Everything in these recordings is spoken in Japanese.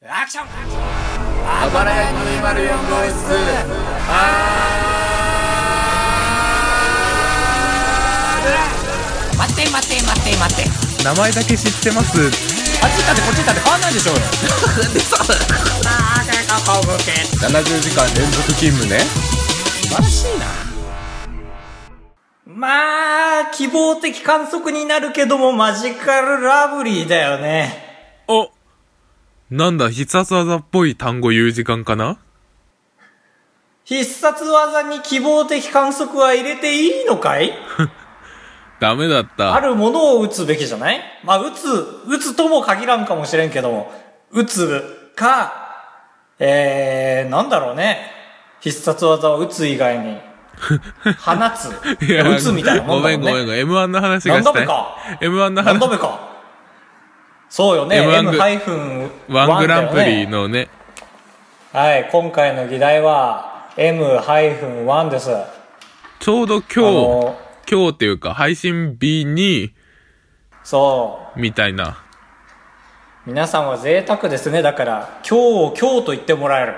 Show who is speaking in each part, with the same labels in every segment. Speaker 1: アクション
Speaker 2: あばらや204号室
Speaker 1: 待って待って待って待って
Speaker 3: 名前だけ知ってます
Speaker 1: あっち行ったってこっち行ったって変わんないでしょうよ
Speaker 3: 70時間連続勤務ね
Speaker 1: 素晴らしいな
Speaker 4: まあ、希望的観測になるけども、マジカルラブリーだよね。
Speaker 3: おなんだ必殺技っぽい単語言う時間かな
Speaker 4: 必殺技に希望的観測は入れていいのかい
Speaker 3: ダメだっ
Speaker 4: あ
Speaker 3: た
Speaker 4: るものを打つべきじゃないまあ、打つ、打つとも限らんかもしれんけども、打つか、えー、なんだろうね。必殺技を打つ以外 に、放つ、打つみたいなもんだもんね。
Speaker 3: ごめんごめんごめん M1 の話がした
Speaker 4: 何
Speaker 3: い
Speaker 4: 度
Speaker 3: M1 の
Speaker 4: 何
Speaker 3: 話
Speaker 4: 度目か。そうよね。
Speaker 3: M1 グ
Speaker 4: M-1
Speaker 3: ワングランプリ
Speaker 4: の
Speaker 3: のね
Speaker 4: はい、今回の議題は M-1 です。
Speaker 3: ちょうど今日、
Speaker 4: あの
Speaker 3: 今日っていうか配信日に
Speaker 4: そ
Speaker 3: みたいな
Speaker 4: う。皆さんは贅沢ですね。だから、今日を今日と言ってもらえる。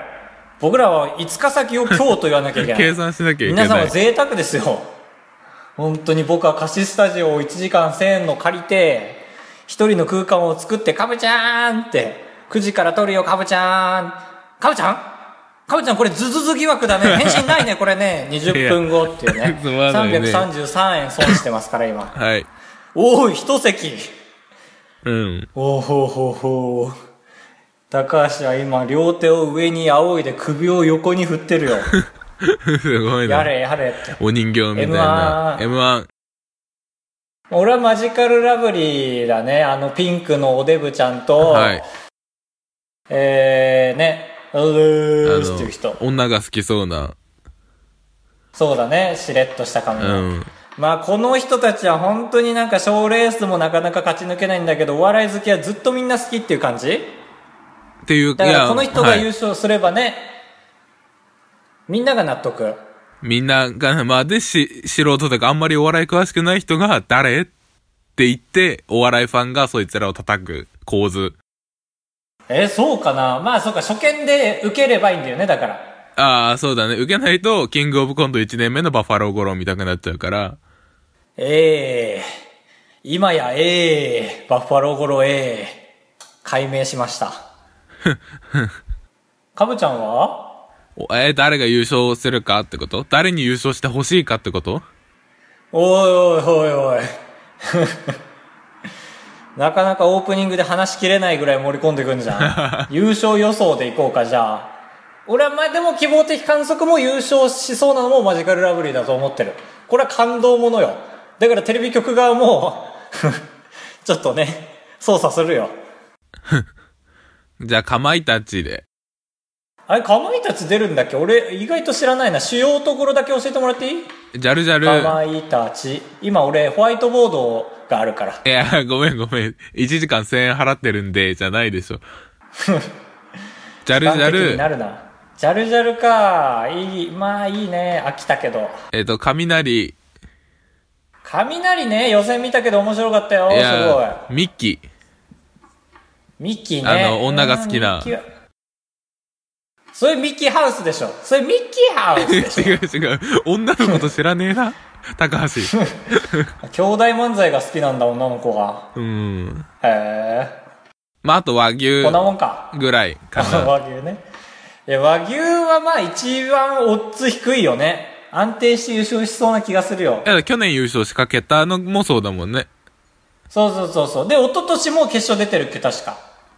Speaker 4: 僕らは5日先を今日と言わなきゃいけない。
Speaker 3: 計算しなきゃいけ
Speaker 4: 皆さん
Speaker 3: な
Speaker 4: はい贅沢ですよ。本当に僕は貸しスタジオを1時間1000円の借りて、一人の空間を作って、かぶちゃーんって、9時から撮るよ、かぶちゃーん。かぶちゃんかぶちゃんこれズズズ疑惑だ ね。返信ないね、これね。20分後っていう
Speaker 3: いや
Speaker 4: ね。
Speaker 3: つまらないね
Speaker 4: 333円損してますから、今。
Speaker 3: はい
Speaker 4: おーい、一席。
Speaker 3: うん
Speaker 4: おーほーほーほー。高橋は今、両手を上に仰いで首を横に振ってる よ。
Speaker 3: すごい
Speaker 4: や
Speaker 3: な
Speaker 4: れやれって。
Speaker 3: お人形みたいな M1
Speaker 4: 俺はマジカルラブリーだね。あのピンクのおデブちゃんと、
Speaker 3: はい
Speaker 4: えー、ね、う
Speaker 3: あ
Speaker 4: ーっていう人
Speaker 3: の。女が好きそうな
Speaker 4: そうだね、しれっとした髪
Speaker 3: う
Speaker 4: の。
Speaker 3: ん
Speaker 4: まあこの人たちは本当になんか賞ーレースもなかなか勝ち抜けないんだけど、お笑い好きはずっとみんな好きっていう感じ
Speaker 3: っていう
Speaker 4: だか
Speaker 3: い
Speaker 4: ら
Speaker 3: や
Speaker 4: この人
Speaker 3: は
Speaker 4: が
Speaker 3: い
Speaker 4: 優勝すればね、みんなが納得。
Speaker 3: みんなが、まあ、で、し、素人とかあんまりお笑い詳しくない人が、誰って言って、お笑いファンがそいつらを叩く構図。
Speaker 4: え、そうかなまあそうか、初見で受ければいいんだよね、だから。
Speaker 3: ああ、そうだね。受けないと、キングオブコント1年目のバッファローゴロン見たくなっちゃうから。
Speaker 4: ええ今やええバッファローゴロええ解明しました。かぶちゃんは
Speaker 3: おえー誰が優勝するかってこと誰に優勝してほしいかってこと
Speaker 4: おいおいおいおい。 なかなかオープニングで話しきれないぐらい盛り込んでくんじゃん。優勝予想でいこうか、じゃあ。俺はまあでも希望的観測も優勝しそうなのもマジカルラブリーだと思ってる。これは感動ものよ。だからテレビ局側も、 ちょっとね、操作するよ。
Speaker 3: じゃあ、かまいたちで。
Speaker 4: あれ、かまいたち出るんだっけ俺、意外と知らないな。主要ところだけ教えてもらっていい
Speaker 3: ジャルジャ
Speaker 4: か
Speaker 3: ル。
Speaker 4: まいたち。今俺、ホワイトボードがあるから。
Speaker 3: いや、ごめんごめん。1時間1000円払ってるんで、じゃないで しょ。ジャルジ
Speaker 4: 一般
Speaker 3: ャ
Speaker 4: 的にな
Speaker 3: ル、
Speaker 4: るな。ジャルジャルか。いい、まあいいね。飽きたけど。
Speaker 3: えっ、と、雷、い
Speaker 4: 雷ね、予選見たけど面白かったよ。すごい
Speaker 3: や、ミッキー。。
Speaker 4: ミッキーね。
Speaker 3: あの女が好きな
Speaker 4: うんミッキーはそれミッキーハウスでしょ。それミッキーハウス でしょ。
Speaker 3: 違う違う。女のこと知らねえな。高橋。
Speaker 4: 兄弟漫才が好きなんだ、女の子が。
Speaker 3: うん。
Speaker 4: へ
Speaker 3: まあ、あと和
Speaker 4: え。
Speaker 3: 牛
Speaker 4: こんなもんか。
Speaker 3: ぐらいかな。
Speaker 4: 和牛ね。いや、和牛はまあ一番オッズ低いよね。安定して優勝しそうな気がするよ。
Speaker 3: いや去年優勝しかけたのもそうだもんね。
Speaker 4: そうそうそうそう。で、一昨年も決勝出てるっけ、確か。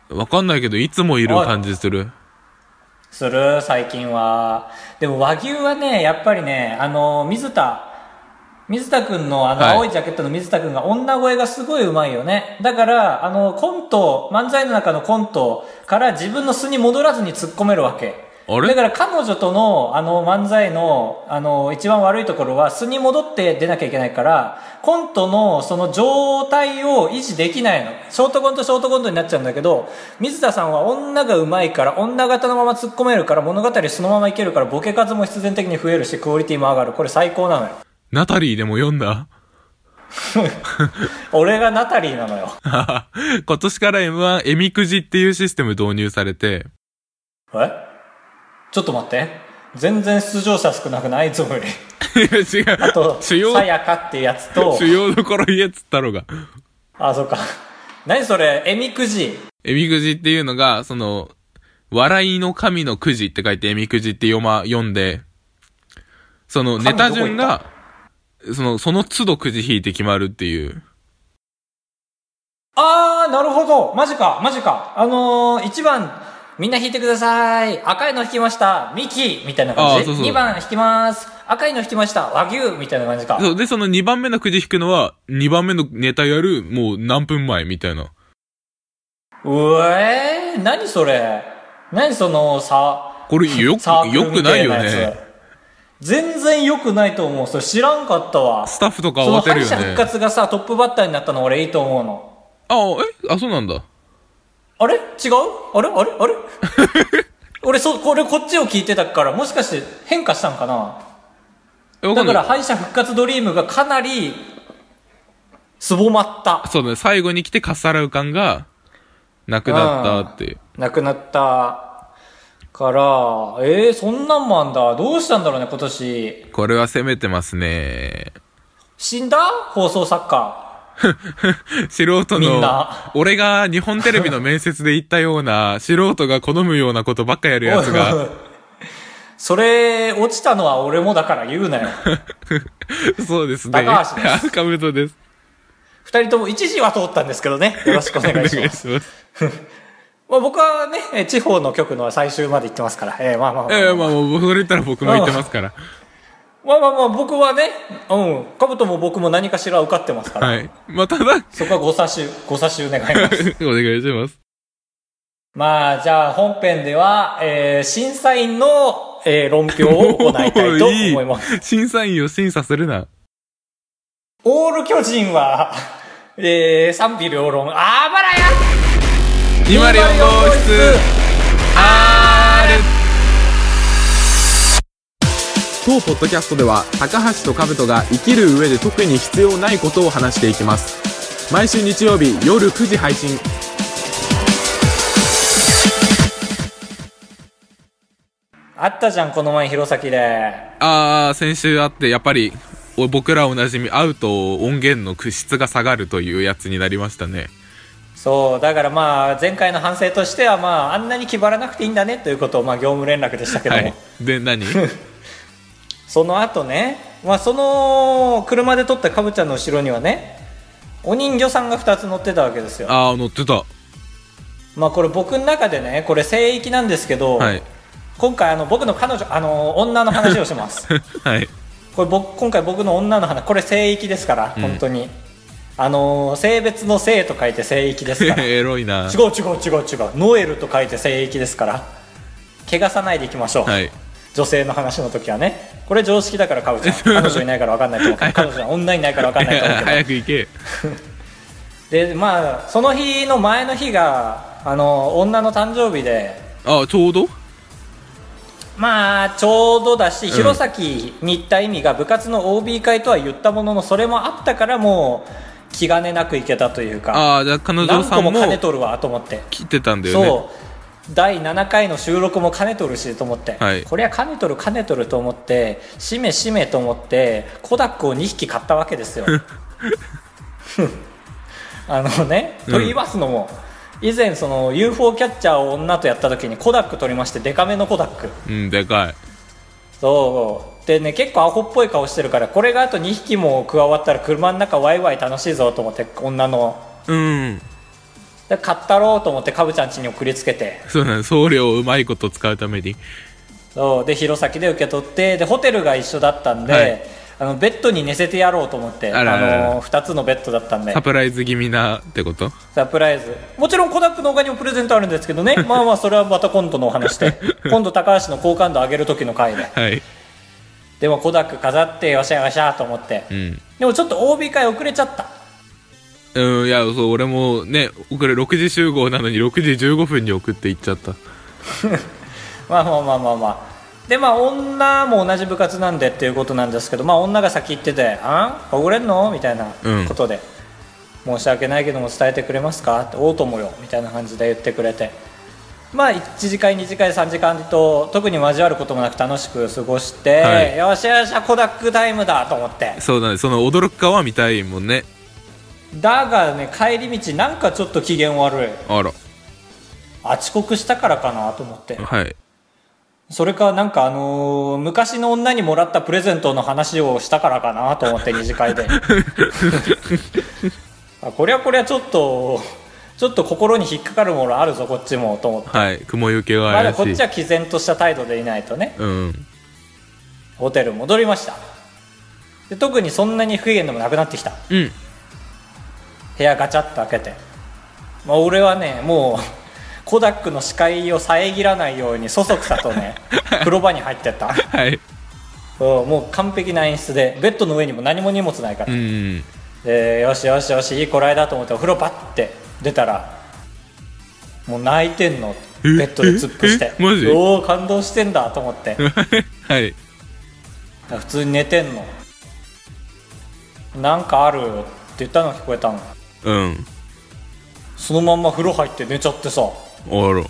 Speaker 3: わかんないけど、いつもいる感じする。
Speaker 4: する最近はでも和牛はねやっぱりねあの水田水田君のあの
Speaker 3: はい
Speaker 4: 青いジャケットの水田君が女声がすごいうまいよねだからあのコント漫才の中のコントから自分の素に戻らずに突っ込めるわけ
Speaker 3: あれ
Speaker 4: だから彼女とのあの漫才のあの一番悪いところは素に戻って出なきゃいけないからコントのその状態を維持できないのショートコントショートコントになっちゃうんだけど水田さんは女がうまいから女型のまま突っ込めるから物語そのままいけるからボケ数も必然的に増えるしクオリティも上がるこれ最高なのよ
Speaker 3: ナタリーでも読んだ
Speaker 4: 俺がナタリーなのよ。
Speaker 3: 今年から M1 えみくじっていうシステム導入されて、
Speaker 4: えちょっと待って。全然出場者少なくないいつもより。
Speaker 3: いや違う。
Speaker 4: あと、
Speaker 3: 主
Speaker 4: さ
Speaker 3: 要、
Speaker 4: やかってやつと
Speaker 3: 主、要どころ言えっつったろうが。
Speaker 4: あ、そっか。 何それ、えみくじ。
Speaker 3: えみくじっていうのが、その、笑いの神のくじって書いてえみくじって読ま、読んで、そのネ
Speaker 4: 神
Speaker 3: タ順
Speaker 4: ど
Speaker 3: が、その、その都度くじ引いて決まるっていう。
Speaker 4: あー、なるほど。マジか、マジか。あのー、1番、みんな引いてください。赤いの引きました。ミキみたいな感
Speaker 3: あー
Speaker 4: じ。
Speaker 3: そうそう
Speaker 4: 2番引きます。赤いの引きました。和牛みたいな感じか。
Speaker 3: そう、で、その2番目のくじ引くのは、2番目のネタやる、もう何分前みたいな。
Speaker 4: うえー、何それ。何その、 さ、
Speaker 3: これよく
Speaker 4: サー、ク
Speaker 3: よ
Speaker 4: ル
Speaker 3: く
Speaker 4: み
Speaker 3: な
Speaker 4: た
Speaker 3: い
Speaker 4: い
Speaker 3: よ
Speaker 4: なやつ。
Speaker 3: ね。
Speaker 4: 全然良くないと思う。それ知らんかったわ。
Speaker 3: スタッフとか
Speaker 4: その
Speaker 3: 慌てる
Speaker 4: 敗
Speaker 3: よ
Speaker 4: 者復
Speaker 3: ね。
Speaker 4: 活がさ、トップバッターになったの俺いいと思うの。
Speaker 3: あ、えあ、そうなんだ。
Speaker 4: あれ違うあれあれあれ俺そ、これこっちを聞いてたから、もしかして変化したんかな
Speaker 3: えわ
Speaker 4: だ
Speaker 3: かんな
Speaker 4: から
Speaker 3: い
Speaker 4: 敗者復活ドリームがかなり、すぼま った。
Speaker 3: そうだね、最後に来てカッサラウ感が、なくなったっていう。
Speaker 4: なくなった。から、えー、そんなんもあんだ。どうしたんだろうね、今年。
Speaker 3: これは攻めてますね。
Speaker 4: 死んだ放送作家。
Speaker 3: 素人
Speaker 4: みん
Speaker 3: の
Speaker 4: な、
Speaker 3: 俺が日本テレビの面接で言ったよう な、素人が好むようなことばっかやるやつ
Speaker 4: おい
Speaker 3: が、。
Speaker 4: それ、落ちたのは俺もだから言うなよ。
Speaker 3: そうですね。
Speaker 4: 高橋 で
Speaker 3: カブトです。
Speaker 4: 二人とも一時は通ったんですけどね。よろしくお願
Speaker 3: お願
Speaker 4: い
Speaker 3: い
Speaker 4: し
Speaker 3: し
Speaker 4: ま。
Speaker 3: ますす。
Speaker 4: まあ、僕はね、えー地方の局の最終まで行ってますから、えーまあまあまあ、
Speaker 3: ええまあもう、それ言ったら僕も言ってますから。
Speaker 4: まあまあまあ、僕はね、うん、かぶとも僕も何かしら受かってますから、
Speaker 3: はい。まあ、ただ、
Speaker 4: そこはご差し、ご差し願います。
Speaker 3: お願いします。
Speaker 4: まあ、じゃあ本編では、えー審査員の、えー論評を行 いたいと思います。
Speaker 3: す。審査員を審査するな。
Speaker 4: オール巨人は、 えー賛否両論、あばらや
Speaker 3: 204号室 R!
Speaker 5: 当ポッドキャストでは高橋と兜が生きる上で特に必要ないことを話していきます毎週日曜日夜9時配信
Speaker 4: あったじゃん、この前、弘前で。
Speaker 3: あー、先週あって、やっぱり、お僕らおなじみ、会うと音源の質が下がるというやつになりましたね。
Speaker 4: そうだからまあ前回の反省としてはまああんなに気張らなくていいんだねということをまあ業務連絡でしたけど
Speaker 3: は
Speaker 4: も、
Speaker 3: い。で、 何
Speaker 4: その後ね、まあ、その車で撮ったかぶちゃんの後ろにはねお人形さんが2つ乗ってたわけですよ
Speaker 3: あー、乗ってた。
Speaker 4: まあこれ僕の中でねこれ聖域なんですけど、
Speaker 3: はい。
Speaker 4: 今回あの僕の彼女あの女の話をします
Speaker 3: はい。
Speaker 4: これ僕今回僕の女の話これ聖域ですから
Speaker 3: ん
Speaker 4: 本当に、あの性別の性と書いて聖域ですから
Speaker 3: エロいな。
Speaker 4: 違う違う違う違うノエルと書いて聖域ですから汚さないでいきましょう、
Speaker 3: はい。
Speaker 4: 女性の話の時はねこれ常識だからカブ ちゃん彼女いないから分かんないと思う彼女は女いないから分かんないと思うけど
Speaker 3: 早く行け。
Speaker 4: でまあその日の前の日があの女の誕生日で
Speaker 3: あー、ちょうど
Speaker 4: まあちょうどだし弘前に行った意味が部活の OB 会とは言ったもののそれもあったからもう気兼ねなく行けたというか
Speaker 3: あー、じゃあ彼女
Speaker 4: 何
Speaker 3: さ
Speaker 4: 個
Speaker 3: んも
Speaker 4: も金取るわと思って
Speaker 3: 来てたんだよね。
Speaker 4: そう第7回の収録も兼ねとるしと思って、
Speaker 3: はい
Speaker 4: これは兼ねとる兼ねとると思ってしめしめと思ってコダックを2匹買ったわけ ですよあのねと言いますのも、以前その UFO キャッチャーを女とやった時にコダック取りましてデカめのコダック
Speaker 3: うん、でかい。
Speaker 4: そうでね結構アホっぽい顔してるからこれがあと2匹も加わったら車の中ワイワイ楽しいぞと思って女の
Speaker 3: うん。
Speaker 4: で買ったろうと思ってカブちゃん家に送りつけて
Speaker 3: そうなの。送料をうまいこと使うために。
Speaker 4: そうで弘前で受け取ってでホテルが一緒だったんで、
Speaker 3: はい
Speaker 4: あのベッドに寝せてやろうと思って
Speaker 3: あらららら
Speaker 4: の2つのベッドだったんで
Speaker 3: サプライズ気味なってこと
Speaker 4: サプライズもちろんコダックの他にもプレゼントあるんですけどね まあまあそれはまた今度のお話で今度高橋の好感度上げる時の回で
Speaker 3: はい。
Speaker 4: でもコダック飾ってよしゃよしゃと思って、
Speaker 3: うん。
Speaker 4: でもちょっと OB 会遅れちゃった
Speaker 3: うん、いや、そう、俺もね、これ6時集合なのに6時15分に送って行っちゃった。
Speaker 4: まあまあまあまあまあでまあ女も同じ部活なんでっていうことなんですけどまあ女が先行ってて「あんほぐれんの?」みたいな
Speaker 3: うん
Speaker 4: ことで、申し訳ないけども伝えてくれますか?」って「おうともよ」みたいな感じで言ってくれてまあ1次会2次会3次会と特に交わることもなく楽しく過ごして、
Speaker 3: はい
Speaker 4: よしよしコダックタイムだと思って
Speaker 3: そうだねその驚くかは見たいもんね
Speaker 4: だがね帰り道なんかちょっと機嫌悪い
Speaker 3: あら
Speaker 4: あ遅刻したからかなと思って
Speaker 3: はい
Speaker 4: それかなんかあのー昔の女にもらったプレゼントの話をしたからかなと思って二次会で あこりゃこりゃちょっとちょっと心に引っかかるものあるぞこっちもと思って
Speaker 3: はい雲行けが
Speaker 4: まだ
Speaker 3: 怪しい
Speaker 4: こっちは毅然とした態度でいないとね
Speaker 3: うん
Speaker 4: ホテル戻りましたで特にそんなに不機嫌でもなくなってきた
Speaker 3: うん
Speaker 4: 部屋ガチャッと開けて、まあ、俺はねもうコダックの視界を遮らないようにそそくさとね風呂場に入ってった
Speaker 3: はい
Speaker 4: うんもう完璧な演出でベッドの上にも何も荷物ないから、
Speaker 3: うん
Speaker 4: でよしよしよしいいこらえだと思ってお風呂パッて出たらもう泣いてんのベッドで突っ伏して
Speaker 3: ええマジ
Speaker 4: おお感動してんだと思って
Speaker 3: はい
Speaker 4: 普通に寝てんのなんかあるって言ったの聞こえたの
Speaker 3: うん
Speaker 4: そのまんま風呂入って寝ちゃってさ
Speaker 3: あら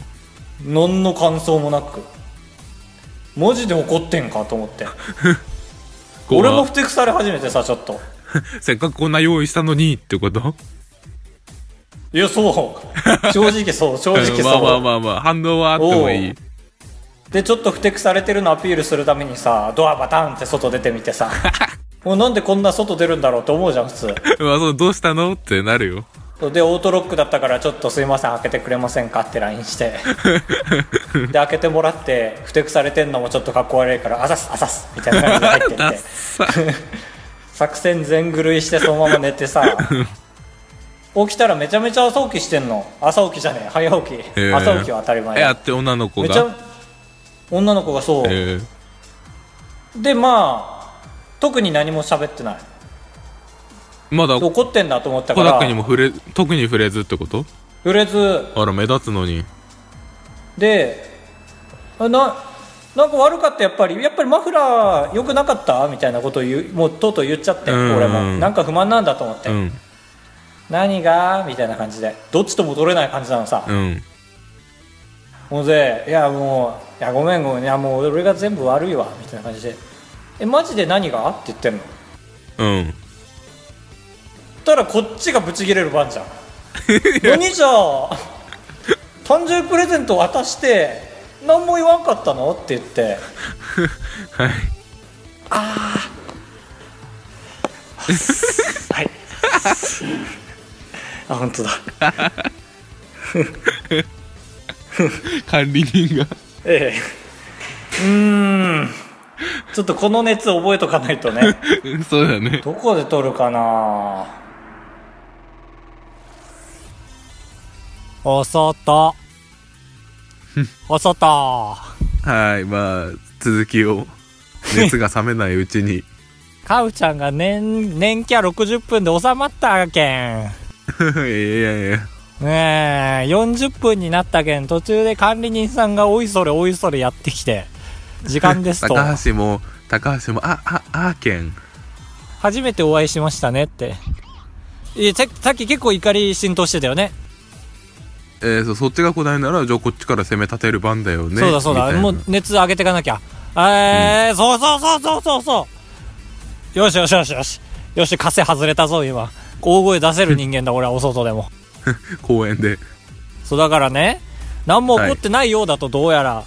Speaker 4: 何の感想もなくマジで怒ってんかと思って
Speaker 3: こう
Speaker 4: 俺もふてくされ始めてさちょっと
Speaker 3: せっかくこんな用意したのにってこと
Speaker 4: いやそう正直そう正直そう、
Speaker 3: うん まあまあまあまあ反応はあってもい
Speaker 4: お
Speaker 3: いう
Speaker 4: でちょっとふてくされてるのアピールするためにさドアバタンって外出てみて さもうなんでこんな外出るんだろうと思うじゃん普通
Speaker 3: まあそうどうしたのって なるよ
Speaker 4: そうでオートロックだったからちょっとすいません開けてくれませんかって LINE して で開けてもらってふてくされてんのもちょっとかっこ悪いからあざすあざすみたいな感じで入って
Speaker 3: ダ
Speaker 4: っ
Speaker 3: ッ
Speaker 4: て
Speaker 3: サ
Speaker 4: 作戦全狂いしてそのまま寝てさ起きたらめちゃめちゃ朝起きしてんの朝起きじゃねえ早起き、
Speaker 3: えー
Speaker 4: 朝起きは当たり前
Speaker 3: えあ
Speaker 4: だ
Speaker 3: って女の子
Speaker 4: めちゃ
Speaker 3: が
Speaker 4: 女の子がそう、
Speaker 3: え
Speaker 4: でまあ特に何も喋ってない
Speaker 3: ーまだコ
Speaker 4: 怒ってんだと思ったか
Speaker 3: ダ
Speaker 4: ら
Speaker 3: ックにも触れ特に触れずってこと
Speaker 4: 触れず
Speaker 3: あら目立つのに
Speaker 4: であななんか悪かったやっぱりやっぱりマフラー良くなかったみたいなことを言うもうとうとう言っちゃって
Speaker 3: うん
Speaker 4: 俺もなんか不満なんだと思って、
Speaker 3: うん
Speaker 4: 何がみたいな感じでどっちとも取れない感じなのさ、
Speaker 3: うん
Speaker 4: もうでいやもういやごめんごめんいやもう俺が全部悪いわみたいな感じでえマジで何がって言ってんの
Speaker 3: うん
Speaker 4: たらこっちがブチ切れる番じゃん何じゃあ誕生日プレゼント渡して何も言わんかったのって言って
Speaker 3: はい
Speaker 4: はい あ本当だ
Speaker 3: 管理人が
Speaker 4: ええうーんちょっとこの熱覚えとかないとね
Speaker 3: うんそうだね
Speaker 4: どこで撮るかなお 外お外
Speaker 3: はいまあ続きを熱が冷めないうちに
Speaker 4: カウちゃんが年年キャ60分で収まったけん
Speaker 3: いやいや
Speaker 4: ねえ40分になったけん途中で管理人さんがおいそれおいそれやってきて時間ですと
Speaker 3: 高橋も高橋もあああーけん
Speaker 4: 初めてお会いしましたねっていやささっき結構怒り浸透してたよね
Speaker 3: えー、そそっちが来ないならじゃあこっちから攻め立てる番だよね
Speaker 4: そうだそう
Speaker 3: み
Speaker 4: だ
Speaker 3: たいな
Speaker 4: もう熱上げていかなきゃえーそうそうそうそうそうそうよしよしよしよしよし枷外れたぞ今大声出せる人間だ俺はお外でも
Speaker 3: 公園で
Speaker 4: そうだからね何も起こってないようだとどうやら、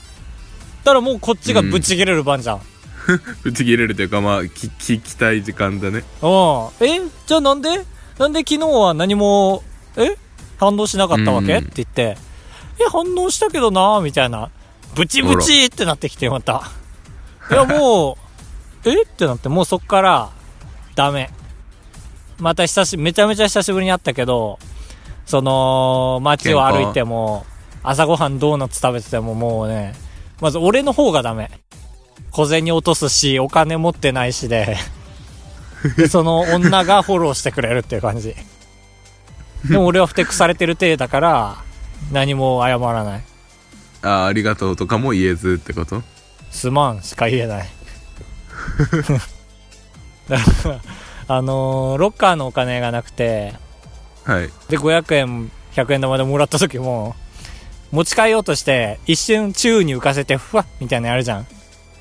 Speaker 4: たらもうこっちがぶち切れる番じゃん、うん
Speaker 3: 打ち切れるというかまあき聞きたい時間だね
Speaker 4: えじゃあなんでなんで昨日は何もえ反応しなかったわけ、
Speaker 3: うん
Speaker 4: って言っていや反応したけどなみたいなブチブチってなってきてまたいやもうえってなってもうそっからダメまた久しめちゃめちゃ久しぶりに会ったけどその街を歩いても朝ごはんドーナツ食べててももうねまず俺の方がダメ小銭落とすしお金持ってないしででその女がフォローしてくれるっていう感じでも俺はふてくされてる体だから何も謝らない
Speaker 3: あーありがとうとかも言えずってこと
Speaker 4: すまんしか言えない だからあのーロッカーのお金がなくて
Speaker 3: はい。
Speaker 4: で500円100円玉でもらった時も持ち帰ようとして一瞬宙に浮かせてふわっみたいなのやるじゃん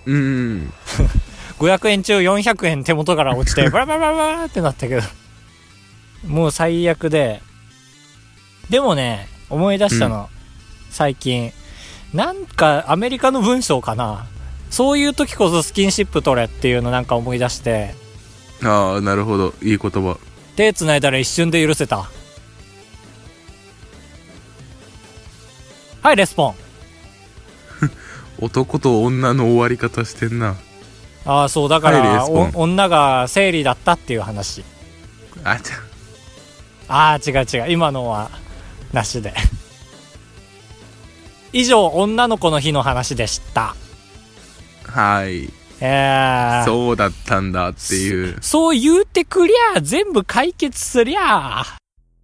Speaker 3: うんうん。
Speaker 4: 500円中400円手元から落ちてバラバラバラバラってなったけどもう最悪ででもね思い出したの、最近なんかアメリカの文章かなそういう時こそスキンシップ取れっていうのなんか思い出して
Speaker 3: ああ、なるほど。いい言葉。
Speaker 4: 手繋いだら一瞬で許せたはいレスポン
Speaker 3: 男と女の終わり方してんな。
Speaker 4: ああそうだか
Speaker 3: はいレ
Speaker 4: ら
Speaker 3: スポン
Speaker 4: お女が生理だったっていう話
Speaker 3: あちゃん。
Speaker 4: ああ違う違う今のはなしで 以上女の子の日の話でした
Speaker 3: はい。
Speaker 4: えー、そう
Speaker 3: そうだったんだっていう。
Speaker 4: 言うてくりゃ全部解決すりゃ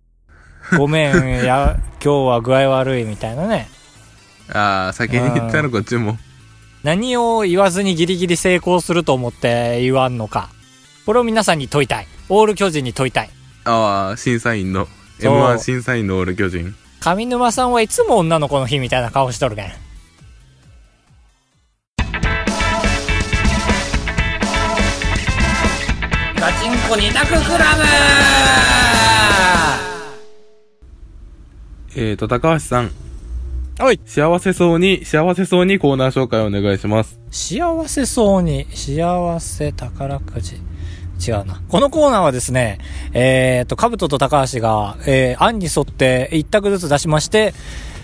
Speaker 4: ごめんいや今日は具合悪いみたいなね
Speaker 3: ああ、先に言ったのこっちも。
Speaker 4: 何を言わずにギリギリ成功すると思って言わんのかこれを皆さんに問いたいオール巨人に問いたい
Speaker 3: ああ、審査員の。
Speaker 4: そう
Speaker 3: M1 審査員のオール巨人。
Speaker 4: 上沼さんはいつも女の子の日みたいな顔しとるけん
Speaker 2: ガチンコ二択クラブ
Speaker 3: えーと、高橋さん。
Speaker 4: はい
Speaker 3: 幸せそうに、幸せそうにコーナー紹介お願いします。
Speaker 4: 幸せそうに、幸せ宝くじ。違うな。このコーナーはですね、えー、と、カブトと高橋が、えー、案に沿って一択ずつ出しまして、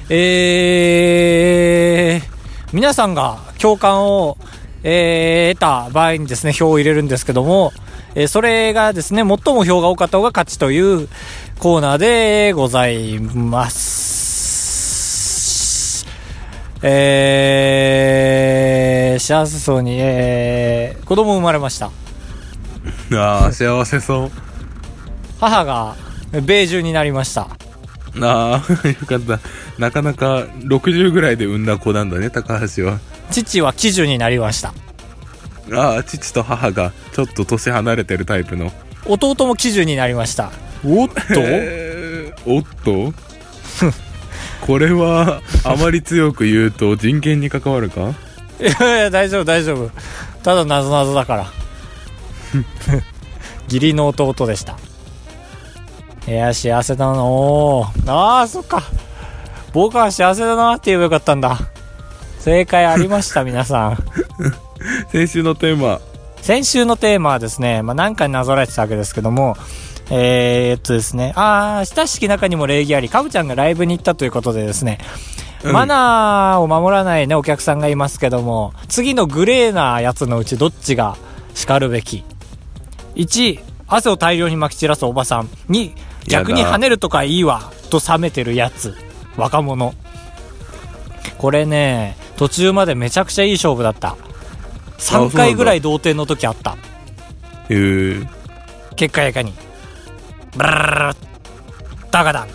Speaker 4: えー、皆さんが共感を、えー、得た場合にですね、票を入れるんですけども、えー、それがですね、最も票が多かった方が勝ちというコーナーでございます。えー、幸せそうに、えー、子供生まれました。
Speaker 3: ああ、幸せそう。
Speaker 4: 母が、米中になりました。
Speaker 3: ああ、よかった。なかなか60ぐらいで産んだ子なんだね、高橋は。
Speaker 4: 父は喜寿になりました。
Speaker 3: ああ、父と母がちょっと年離れてるタイプの。
Speaker 4: 弟も喜寿になりました。
Speaker 3: おっと、えーおっと これは、あまり強く言うと人権に関わるか
Speaker 4: いやいや、大丈夫、大丈夫。ただ、なぞなぞだから。 義理の弟でした。いや、幸せだなおーああ、そっか。僕は幸せだなって言えばよかったんだ。正解ありました、皆さん。
Speaker 3: 先週のテーマ、
Speaker 4: 先週のテーマはですね、まあ、何回になぞらえてたわけですけども、えー、っとですね、あー親しき中にも礼儀あり、かぶちゃんがライブに行ったということでですね、
Speaker 3: うん
Speaker 4: マナーを守らないね、お客さんがいますけども、次のグレーなやつのうちどっちが叱るべき ?1、汗を大量にまき散らすおばさん。2、逆に
Speaker 3: やだ
Speaker 4: 跳ねるとかいいわ、と冷めてるやつ。若者。これね、途中までめちゃくちゃいい勝負だった。
Speaker 3: そうなん
Speaker 4: 3
Speaker 3: だ
Speaker 4: 回ぐらい同点の時あった。
Speaker 3: えー、
Speaker 4: 結果やいかにブララララダガダン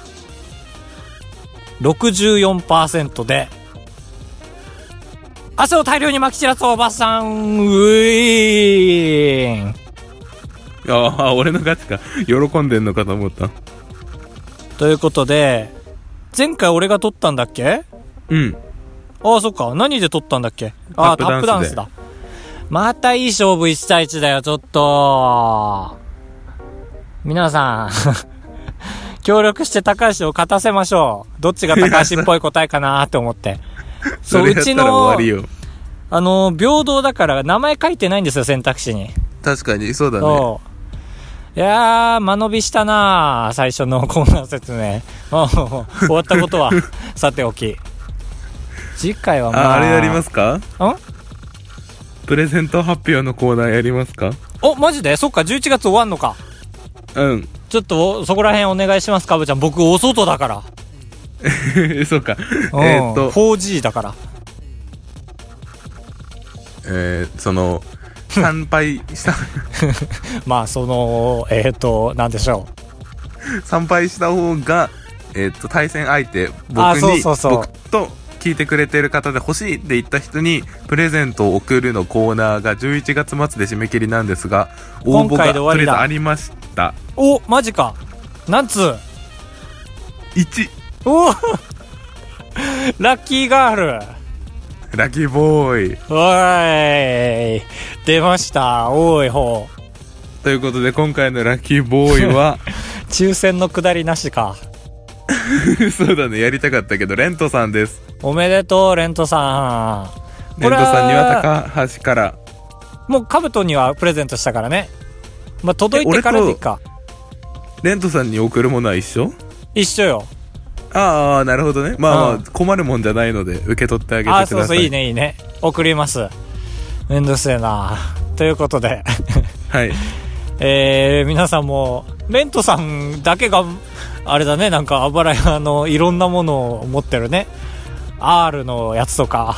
Speaker 4: 64%で汗を大量にまき散らすおばさんウィーン
Speaker 3: ああ、俺の勝ちか。喜んでんのかと思った。
Speaker 4: ということで前回俺が撮ったんだっけ
Speaker 3: うん。
Speaker 4: ああそっか何で撮ったんだっけああタ
Speaker 3: タ
Speaker 4: ッ
Speaker 3: ッ
Speaker 4: プ
Speaker 3: プ
Speaker 4: ダ
Speaker 3: ダ
Speaker 4: ン
Speaker 3: ン
Speaker 4: ス
Speaker 3: スで
Speaker 4: だまたいい勝負1対1だよちょっと皆さん 協力して高橋を勝たせましょうどっちが高橋っぽい答えかなと思 ってそ
Speaker 3: そうれ
Speaker 4: う
Speaker 3: やっ
Speaker 4: ち
Speaker 3: たら
Speaker 4: の
Speaker 3: 終わりよ。
Speaker 4: あの平等だから名前書いてないんですよ選択肢に
Speaker 3: 確かに、そうだね。
Speaker 4: そういやー、間延びしたなー最初のコーナー説明。おう終わった ことは、さておき。次回はま
Speaker 3: あ、
Speaker 4: あ。
Speaker 3: あれやりますか
Speaker 4: ん
Speaker 3: プレゼント発表のコーナーやりますか
Speaker 4: お、マジでそっか、11月終わんのか。
Speaker 3: うん。
Speaker 4: ちょっと、そこら辺お願いします、かぶちゃん。僕、お外だから。
Speaker 3: そうか。
Speaker 4: うん
Speaker 3: えーっと、
Speaker 4: 4G だから。
Speaker 3: えー、その、参拝した、
Speaker 4: まあ、その、えっ、と、なんでしょ
Speaker 3: 参拝した方が、えーっと、対戦相手、僕
Speaker 4: あそう
Speaker 3: に、
Speaker 4: そうそう
Speaker 3: 僕と、聞いてくれてる方で欲しいって言った人に、プレゼントを送るのコーナーが11月末で締め切りなんですが、応募
Speaker 4: 今回
Speaker 3: が
Speaker 4: で
Speaker 3: と
Speaker 4: 終わ
Speaker 3: りあ
Speaker 4: り
Speaker 3: えず
Speaker 4: だ
Speaker 3: ありました。
Speaker 4: おマジかなんつう
Speaker 3: 1、
Speaker 4: おお ラッキーガール
Speaker 3: ラッキーボーイ。
Speaker 4: おーい出ました多い方
Speaker 3: ということで、今回のラッキーボー イは、
Speaker 4: 抽選のくだりなしか
Speaker 3: そうだね、やりたかったけど、レントさんです。
Speaker 4: おめでとうレントさん
Speaker 3: レントさん
Speaker 4: こ
Speaker 3: に
Speaker 4: れ
Speaker 3: は高橋から、
Speaker 4: もうカブトにはプレゼントしたからねまあ届いてからでいいか
Speaker 3: レントさんに送るものは一緒
Speaker 4: 一緒よ
Speaker 3: ああ、なるほどね。まあ
Speaker 4: う
Speaker 3: ま
Speaker 4: ん
Speaker 3: あ、困るもんじゃないので、受け取ってあげてく
Speaker 4: あ
Speaker 3: だ
Speaker 4: ー
Speaker 3: さ
Speaker 4: そ
Speaker 3: い。
Speaker 4: うそういい。ねいいね送りますめんどくせえなということで
Speaker 3: はい。
Speaker 4: えー、皆さんもレントさんだけがあれだねなんかあばら屋のいろんなものを持ってるね R のやつとか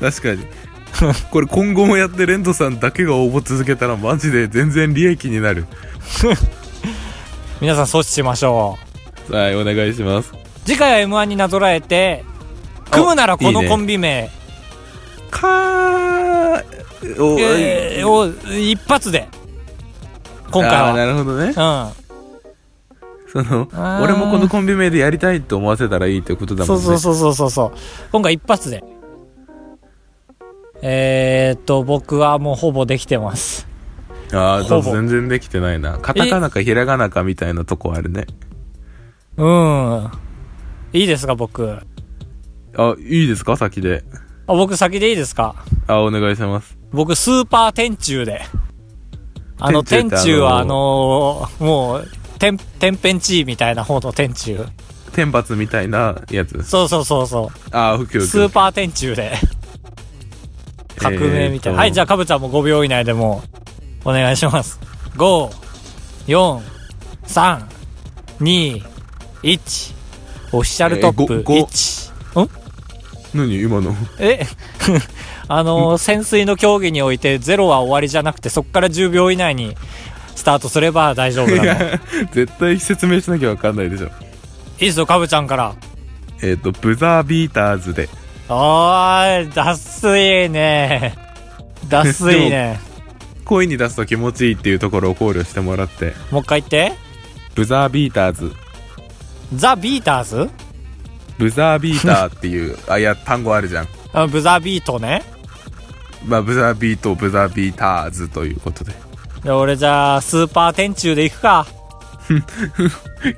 Speaker 3: 確かに。 これ今後もやってレントさんだけが応募続けたらマジで全然利益になる。
Speaker 4: 皆さん阻止しましょう
Speaker 3: はい、お願いします。
Speaker 4: 次回は m 1になぞらえて組むならこ
Speaker 3: いい
Speaker 4: の
Speaker 3: ね
Speaker 4: コンビ名
Speaker 3: かー、お
Speaker 4: えーを一発で今回
Speaker 3: あー
Speaker 4: は
Speaker 3: なるほどね。
Speaker 4: う
Speaker 3: その
Speaker 4: あ、ー
Speaker 3: 俺もこのコンビ名でやりたいって思わせたらいいってことだ
Speaker 4: ん
Speaker 3: も
Speaker 4: そ
Speaker 3: ん
Speaker 4: う
Speaker 3: ね。
Speaker 4: そうそうそうそうそう今回一発でえー、っと僕はもうほぼできてます
Speaker 3: ああ、
Speaker 4: ほぼ
Speaker 3: 全然できてないな。カタカナかひらがなかみたいなとこあるね。
Speaker 4: うんいいですか僕あ
Speaker 3: あ、いいですか先で。
Speaker 4: 僕先でいいですか
Speaker 3: あ、お願いします。
Speaker 4: 僕スーパー天中であの
Speaker 3: 天
Speaker 4: 天
Speaker 3: 中って
Speaker 4: 中はあ
Speaker 3: あ
Speaker 4: のーもう天天変地異みたいな方の天中
Speaker 3: 天罰みたいなやつ。
Speaker 4: そうそうそうそ
Speaker 3: あー、ふき
Speaker 4: う
Speaker 3: ょ
Speaker 4: スーパー天中 で革命みたいな。はい、じゃあ、かぶちゃんも5秒以内でもう、お願いします。5、4、3、2、1。オフィシャルトッ
Speaker 3: え
Speaker 4: プ
Speaker 3: ーごご
Speaker 4: 1。ん
Speaker 3: 何今の
Speaker 4: え あのー、潜水の競技において0は終わりじゃなくて、そこから10秒以内にスタートすれば大丈夫なの。い
Speaker 3: 絶対説明しなきゃわかんないでしょ
Speaker 4: いっすよ、かぶちゃんから。
Speaker 3: えっ、とブザービーターズで
Speaker 4: おーい、ダッスいね。ダッスいね。
Speaker 3: 声に出すと気持ちいいっていうところを考慮してもらって
Speaker 4: もう一回言って。
Speaker 3: ブザービーターズ
Speaker 4: ザ・ビーターズ
Speaker 3: ブザービーターっ ていうあいや単語あるじゃん
Speaker 4: あブザ・ビートね。
Speaker 3: まあブザービートブザービーターズということで
Speaker 4: で俺じゃあスーパー天中で行くか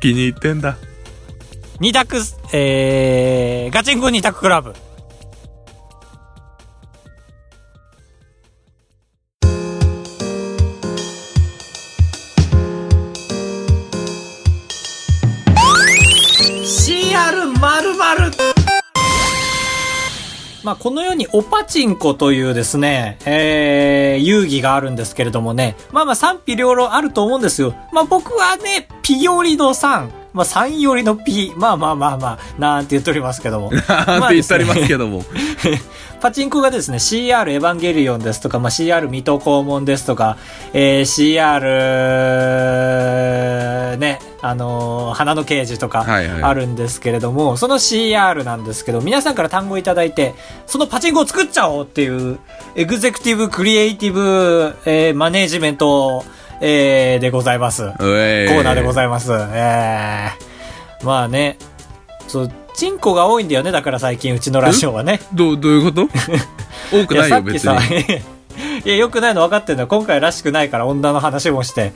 Speaker 3: 気に入って んだ
Speaker 4: 二択すえー、ガチンコ二択クラブまあ、この世にオパチンコというですね、えー、遊戯があるんですけれどもね、まあまあ賛否両論あると思うんですよ。まあ僕はね、ピよりの3、まあ3よりのピ、まあまあまあまあ、なんて言っておりますけども。
Speaker 3: な
Speaker 4: ま
Speaker 3: ん
Speaker 4: あ
Speaker 3: て
Speaker 4: で
Speaker 3: 言っ
Speaker 4: す
Speaker 3: た
Speaker 4: ね
Speaker 3: りますけども、
Speaker 4: パチンコがですね、CR エヴァンゲリオンですとか、まあ、CR 水戸黄門ですとか、えー、CR、ね、あのー花の刑事とか、
Speaker 3: はいはい
Speaker 4: あるんですけれども、その CR なんですけど、皆さんから単語いただいて、そのパチンコを作っちゃおうっていう、エグゼクティブクリエイティブ、えーマネージメント、えーでございます。
Speaker 3: う え
Speaker 4: コーナーでござ
Speaker 3: い
Speaker 4: います。えーまあね、そう、チンコが多いんだよね、だから最近、うちのラジオはね。
Speaker 3: ますどうどういうこと 多くないよ別に
Speaker 4: いや、さっきさ、 いや、良くないの分かってんだよ。今回らしくないから女の話も して。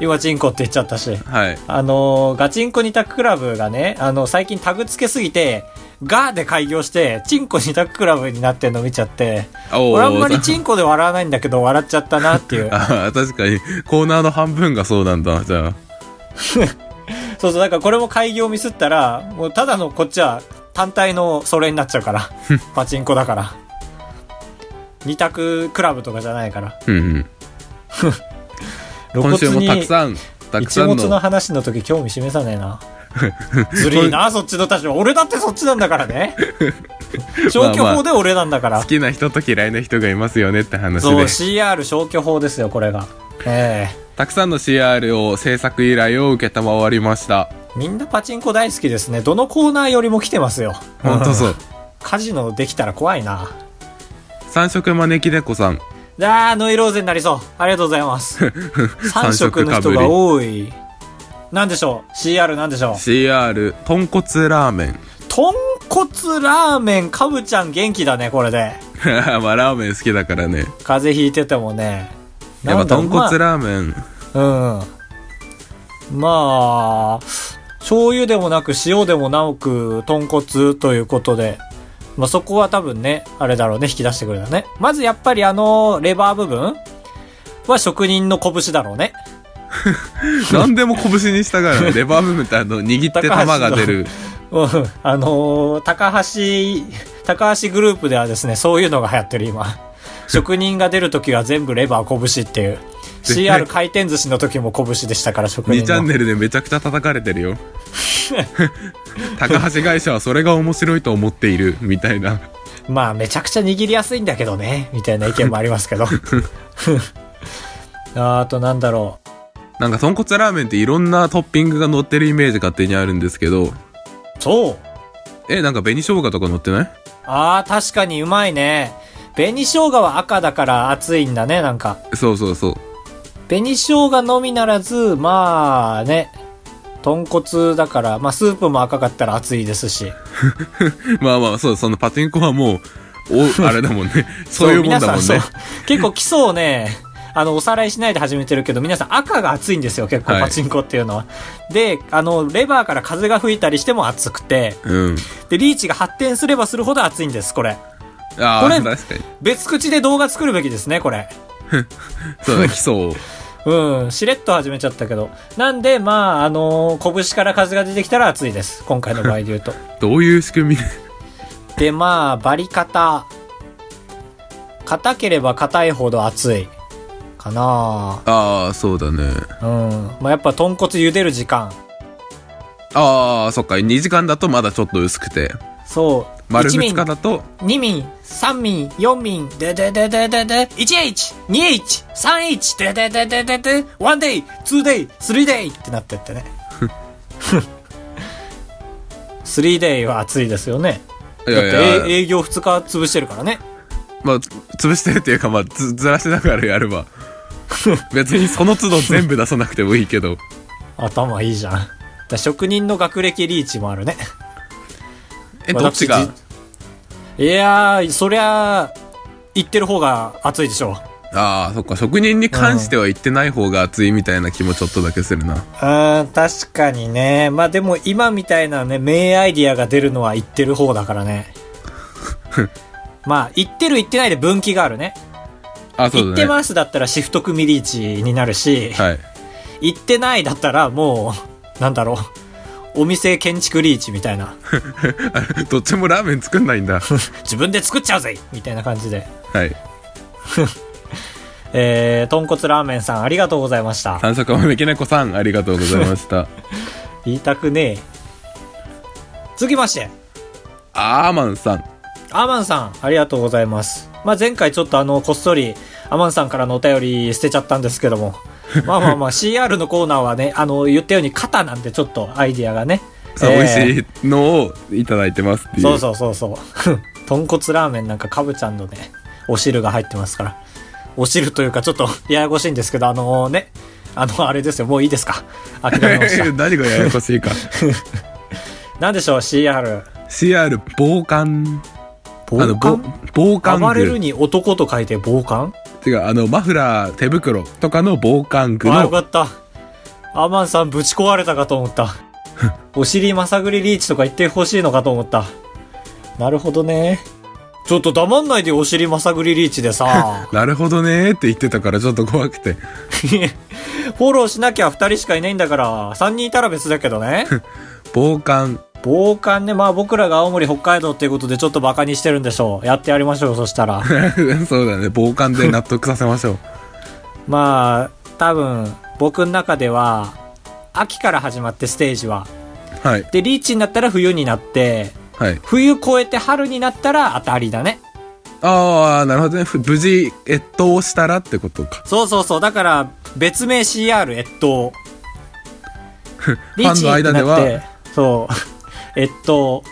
Speaker 4: 今、チンコって言っちゃったし。
Speaker 3: はい
Speaker 4: あのーガチンコ二択クラブがね、あの、最近タグつけすぎて、ガーで開業して、チンコ二択クラブになってんの見ちゃって、
Speaker 3: おー
Speaker 4: 俺あんまりチンコで笑わないんだけど、笑っちゃったなっていう。
Speaker 3: あー確かにコーナーの半分がそうなんだじゃあ
Speaker 4: そうそう、だからこれも開業ミスったら、もうただのこっちは単体のそれになっちゃう から。パチンコだから。二択クラブとかじゃないから。
Speaker 3: うんうん今週もたくさんたく
Speaker 4: 一
Speaker 3: さん
Speaker 4: 物の
Speaker 3: の
Speaker 4: 話の時興味示さねえ なずるいなそっちの立場俺だってそっちなんだから ね消去法で俺なんだから、
Speaker 3: 好きな人と嫌いな人がいますよねって話
Speaker 4: そう
Speaker 3: で
Speaker 4: CR 消去法ですよこれがええ
Speaker 3: たくさんの CR を制作依頼を受けたまわりました
Speaker 4: みんなパチンコ大好きですね。どのコーナーよりも来てますよ。
Speaker 3: ほんとそう。
Speaker 4: カジノできたら怖いな。
Speaker 3: 三色招き猫さん。
Speaker 4: あー、ノイローゼになりそう。ありがとうござい ます。三色の人が多い。なんでしょう ?CR なんでしょう
Speaker 3: CR、豚骨ラーメン。
Speaker 4: 豚骨ラーメン、かぶちゃん元気だね、これで。
Speaker 3: まあ、ラーメン好きだからね。
Speaker 4: 風邪ひいててもね。
Speaker 3: やっぱ豚
Speaker 4: なんだろ
Speaker 3: 骨ラーメン。
Speaker 4: うまあうん。まあ、醤油でもなく塩でもなく豚骨ということで、まあそこは多分ね、あれだろうね、引き出してくれたね。まずやっぱりあの、レバー部分は職人の拳だろうね。
Speaker 3: 何でも拳にしたから、レバー部分ってあの、握って玉が出る。
Speaker 4: うん、あのー高橋、高橋グループではですね、そういうのが流行ってる今。職人が出るときは全部レバー拳っていう。
Speaker 3: 絶対
Speaker 4: CR 回転寿司の時も拳でしたから、職人
Speaker 3: 2
Speaker 4: の。
Speaker 3: チャンネルでめちゃくちゃ叩かれて るよ。高橋会社はそれが面白いと思っている、みたいな。
Speaker 4: まあ、めちゃくちゃ握りやすいんだけどね、みたいな意見もありますけど。 あと、なんだろ
Speaker 3: なんか豚骨ラーメンっていろんなトッピングが乗ってるイメージ勝手にあるんですけど、
Speaker 4: う。そう
Speaker 3: え、なんか紅生姜とか乗ってない
Speaker 4: ああ、確かにうまいね。紅生姜は赤だから熱いんだね、なんか。
Speaker 3: そうそうそう。
Speaker 4: 紅生姜のみならず、まあね、豚骨だから、まあスープも赤かったら熱いですし。
Speaker 3: まあまあ、そう、そのパチンコはも う、お、あれだもんね。そういうもんだもん
Speaker 4: そ
Speaker 3: ね
Speaker 4: う。。結構基礎をね、 あの、おさらいしないで始めてるけど、皆さん赤が熱いんですよ、結構
Speaker 3: はい
Speaker 4: パチンコっていうのは。で、あの、レバーから風が吹いたりしても熱くて、
Speaker 3: うん。
Speaker 4: で、リーチが発展すればするほど熱いんです、これ。
Speaker 3: あ
Speaker 4: こ
Speaker 3: あ、
Speaker 4: れ
Speaker 3: 確かに。
Speaker 4: 別口で動画作るべきですね、これ。
Speaker 3: そうだ、基礎を。
Speaker 4: うん、しれっと始めちゃったけど。なんで、まあ、あの拳から風が出てきたら熱いです。今回の場合で言う と。
Speaker 3: どういう仕組みで
Speaker 4: でまあバリカタ硬ければ硬いほど熱いかな
Speaker 3: ああ、そうだね。
Speaker 4: うんまあやっぱ豚骨茹でる時間
Speaker 3: ああ、そっか。2時間だとまだちょっと薄くて。
Speaker 4: そう
Speaker 3: 丸
Speaker 4: 1
Speaker 3: 2
Speaker 4: 民
Speaker 3: 日だと、
Speaker 4: 2民3民4民でででででで 1H2H3H でででででで 1day2day3day ってなってって ね 3day は熱いですよね
Speaker 3: い
Speaker 4: だって
Speaker 3: やいや、
Speaker 4: 営業2日潰してるからね
Speaker 3: まあ、つ潰してるっていうか、まあ、ずずらしながらやれ ば。別にその都度全部出さなくてもいい けど。
Speaker 4: 頭いいじゃんだから職人の学歴リーチもあるね
Speaker 3: え、どっちが
Speaker 4: 私じいやーそりゃあ言ってる方が熱いでしょう
Speaker 3: ああ、そっか。職人に関しては言ってない方が熱いみたいな気もちょっとだけするな。
Speaker 4: うん確かにねまあでも今みたいなね名アイディアが出るのは言ってる方だから ねまあ言ってる言ってないで分岐があるね
Speaker 3: あ、そうだね。
Speaker 4: 言ってますだったらシフト組リーチになるし、
Speaker 3: はい。
Speaker 4: 言ってないだったらもうなんだろうお店建築リーチみたいな
Speaker 3: あどっちもラーメン作んない んだ。
Speaker 4: 自分で作っちゃうぜみたいな感じで
Speaker 3: はい。
Speaker 4: えー、豚骨ラーメンさんありがとうございました
Speaker 3: 探索招き猫さん、ありがとうございま した。
Speaker 4: 言いたくねえ続きまして
Speaker 3: アーマンさん。
Speaker 4: アマンさんありがとうございます、まあ、前回ちょっとあのこっそりアマンさんからのお便り捨てちゃったんですけど もまあまあまあ CR のコーナーはねあの言ったように肩なんでちょっとアイディアがね
Speaker 3: そう、
Speaker 4: えー
Speaker 3: 美味しいのをいただいてますっていう。
Speaker 4: そうそうそう そう豚骨ラーメンなんかかぶちゃんのねお汁が入ってますからお汁というかちょっとややこしいんですけどあのねあのあれですよもういいですか諦めま した
Speaker 3: 何がややこしいか。
Speaker 4: なんでしょう CR
Speaker 3: CR、防寒。あの、ぼ防寒具。
Speaker 4: 暴れるに男と書いて暴漢
Speaker 3: 違う、あの、マフラー、手袋とかの防寒具
Speaker 4: あ、よ
Speaker 3: の
Speaker 4: かった。アマンさんぶち壊れたかと思った。お尻まさぐりリーチとか言ってほしいのかと思った。なるほどね。ちょっと黙んないでお尻まさぐりリーチで
Speaker 3: 。
Speaker 4: さ
Speaker 3: なるほどねーって言ってたからちょっと怖くて。
Speaker 4: フォローしなきゃ二人しかいないんだから、三人いたら別だけどね。
Speaker 3: 防寒。
Speaker 4: 防寒ね、まあ僕らが青森北海道っていうことでちょっとバカにしてるんでしょう。やってやりましょうよ、そしたら。
Speaker 3: そうだね、防寒で納得させましょう。
Speaker 4: まあ、多分、僕の中では、秋から始まってステージは。
Speaker 3: はい、
Speaker 4: で、リーチになったら冬になって、
Speaker 3: はい。
Speaker 4: 冬越えて春になったら当たりだね。
Speaker 3: ああ、なるほどね。ふ無事、越冬したらってことか。
Speaker 4: そうそうそう。だから、別名 CR 越冬。
Speaker 3: ファンの間では
Speaker 4: リーチになってそう えっと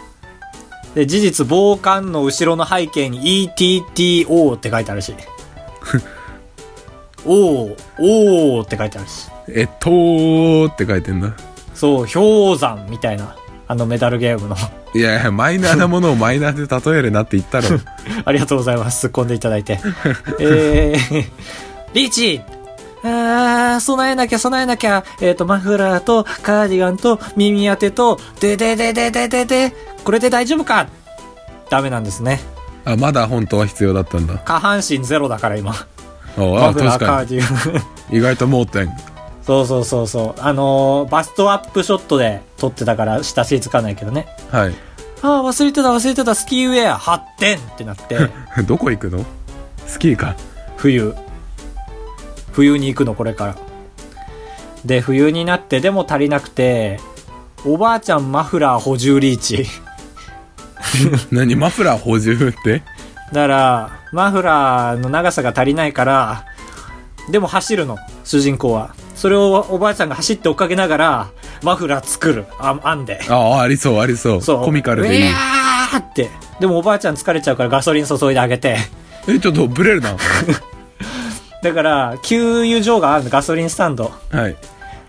Speaker 4: で事実防寒の後ろの背景に ETTO って書いてあ るしおーおーって書いてあるし
Speaker 3: えっとーって書いてんだ。
Speaker 4: そう氷山みたいなあのメダルゲームの
Speaker 3: いやいや、マイナーなものをマイナーで例えるなって言っ たろ。
Speaker 4: ありがとうございます突っ込んでいただい てえー、 リーチあー備えなきゃ備えなきゃ、えっ、と、マフラーとカーディガンと耳当てと、ででででででで、これで大丈夫かダメなんですね。
Speaker 3: あ、まだ本当は必要だったんだ。
Speaker 4: 下半身ゼロだから今。
Speaker 3: あ
Speaker 4: マ
Speaker 3: あ、
Speaker 4: フラーカ
Speaker 3: 確か
Speaker 4: ーディガン。
Speaker 3: に。意外と盲点。
Speaker 4: そうそうそうそう。あのーバストアップショットで撮ってたから下地つかないけどね。
Speaker 3: はい。
Speaker 4: ああ、忘れてた忘れてた、スキーウェア8点ってなって、
Speaker 3: どこ行くのスキーか。
Speaker 4: 冬。冬に行くの、これから。で、冬になって、でも足りなくて、おばあちゃんマフラー補充リーチ。
Speaker 3: 何マフラー補充って
Speaker 4: だから、マフラーの長さが足りないから、でも走るの、主人公は。それをおばあちゃんが走って追っかけながら、マフラー作る。あ、編んで。
Speaker 3: ああ、ありそう、ありそう。
Speaker 4: そう。
Speaker 3: コミカルでいいう
Speaker 4: わ。ーって。でもおばあちゃん疲れちゃうからガソリン注いであげて。
Speaker 3: え、ちょっとブレるな。
Speaker 4: だから、給油場があるの、ガソリンスタンド。
Speaker 3: はい。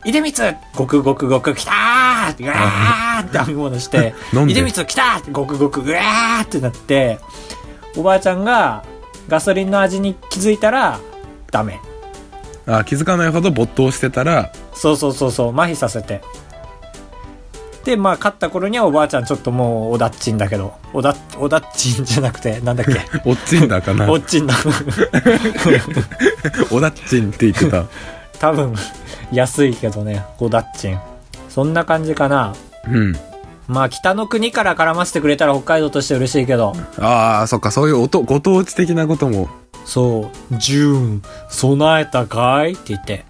Speaker 4: いでみつごくごくごく、きたーって、うわーって編み物 して
Speaker 3: 飲ん、で
Speaker 4: いでみつきたーって、ごくごく、うわーってなって、おばあちゃんがガソリンの味に気づいたら、ダメ。
Speaker 3: あ気づかないほど没頭してたら、
Speaker 4: そうそうそうそう、麻痺させて。で、まあ、勝った頃にはおばあちゃんちょっともう、おだっちんだけど、おだ、おだっちんじゃなくて、なんだっ け、
Speaker 3: おっちんだかな。
Speaker 4: おっちんだ。
Speaker 3: おだっちんって言 ってた。
Speaker 4: 多分、安いけどね、おだっちん。そんな感じかな。
Speaker 3: うん。
Speaker 4: まあ、北の国から絡ませてくれたら北海道として嬉しいけど、
Speaker 3: ああ、そっか、そういう音、ご当地的なことも。
Speaker 4: そう、ジューン、備えたかいって言って、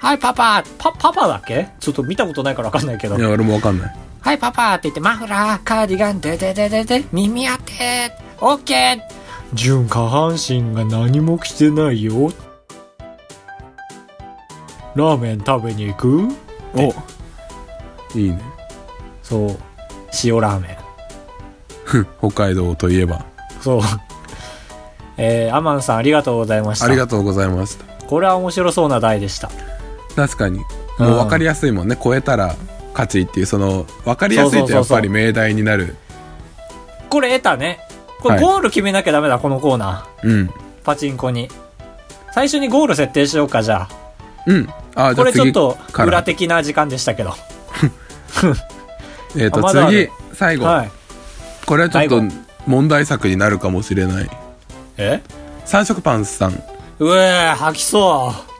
Speaker 4: はい、パパ、パ、パパだっけちょっと見たことないからわかんないけど
Speaker 3: い、や、俺もわかんない。
Speaker 2: はい、パパって言って、マフラー、カーディガン、ででででで、耳当て、オッケー
Speaker 4: ジューン、下半身が何も着てないよ。ラーメン食べに行く
Speaker 3: おいいね。
Speaker 4: そう、塩ラーメン。
Speaker 3: ふん北海道といえば。
Speaker 4: そう。 えー、アマンさんありがとうございました。
Speaker 3: ありがとうございました。
Speaker 4: これは面白そうな題でした。
Speaker 3: 確かに。もう
Speaker 4: うん
Speaker 3: 分かりやすいもんね。超えたら勝ちっていう、その、分かりやすいとやっぱり命題になる。
Speaker 4: これ得たね。こ
Speaker 3: は
Speaker 4: れ
Speaker 3: い
Speaker 4: ゴール決めなきゃダメだ、このコーナー。
Speaker 3: うん。
Speaker 4: パチンコに。最初にゴール設定しようか、じゃあ。
Speaker 3: うん。ああ、じ
Speaker 4: こ
Speaker 3: ゃあ
Speaker 4: れちょ
Speaker 3: 次
Speaker 4: っと
Speaker 3: か
Speaker 4: 裏
Speaker 3: ら。
Speaker 4: 的な時間でしたけど。
Speaker 3: えっと、
Speaker 4: あまだあ
Speaker 3: 次
Speaker 4: る、
Speaker 3: 最後。
Speaker 4: はい。
Speaker 3: これはちょっと
Speaker 4: 最
Speaker 3: 問題作になるかもしれない。
Speaker 4: え
Speaker 3: 三色パンツさん。
Speaker 4: うえー、吐きそう。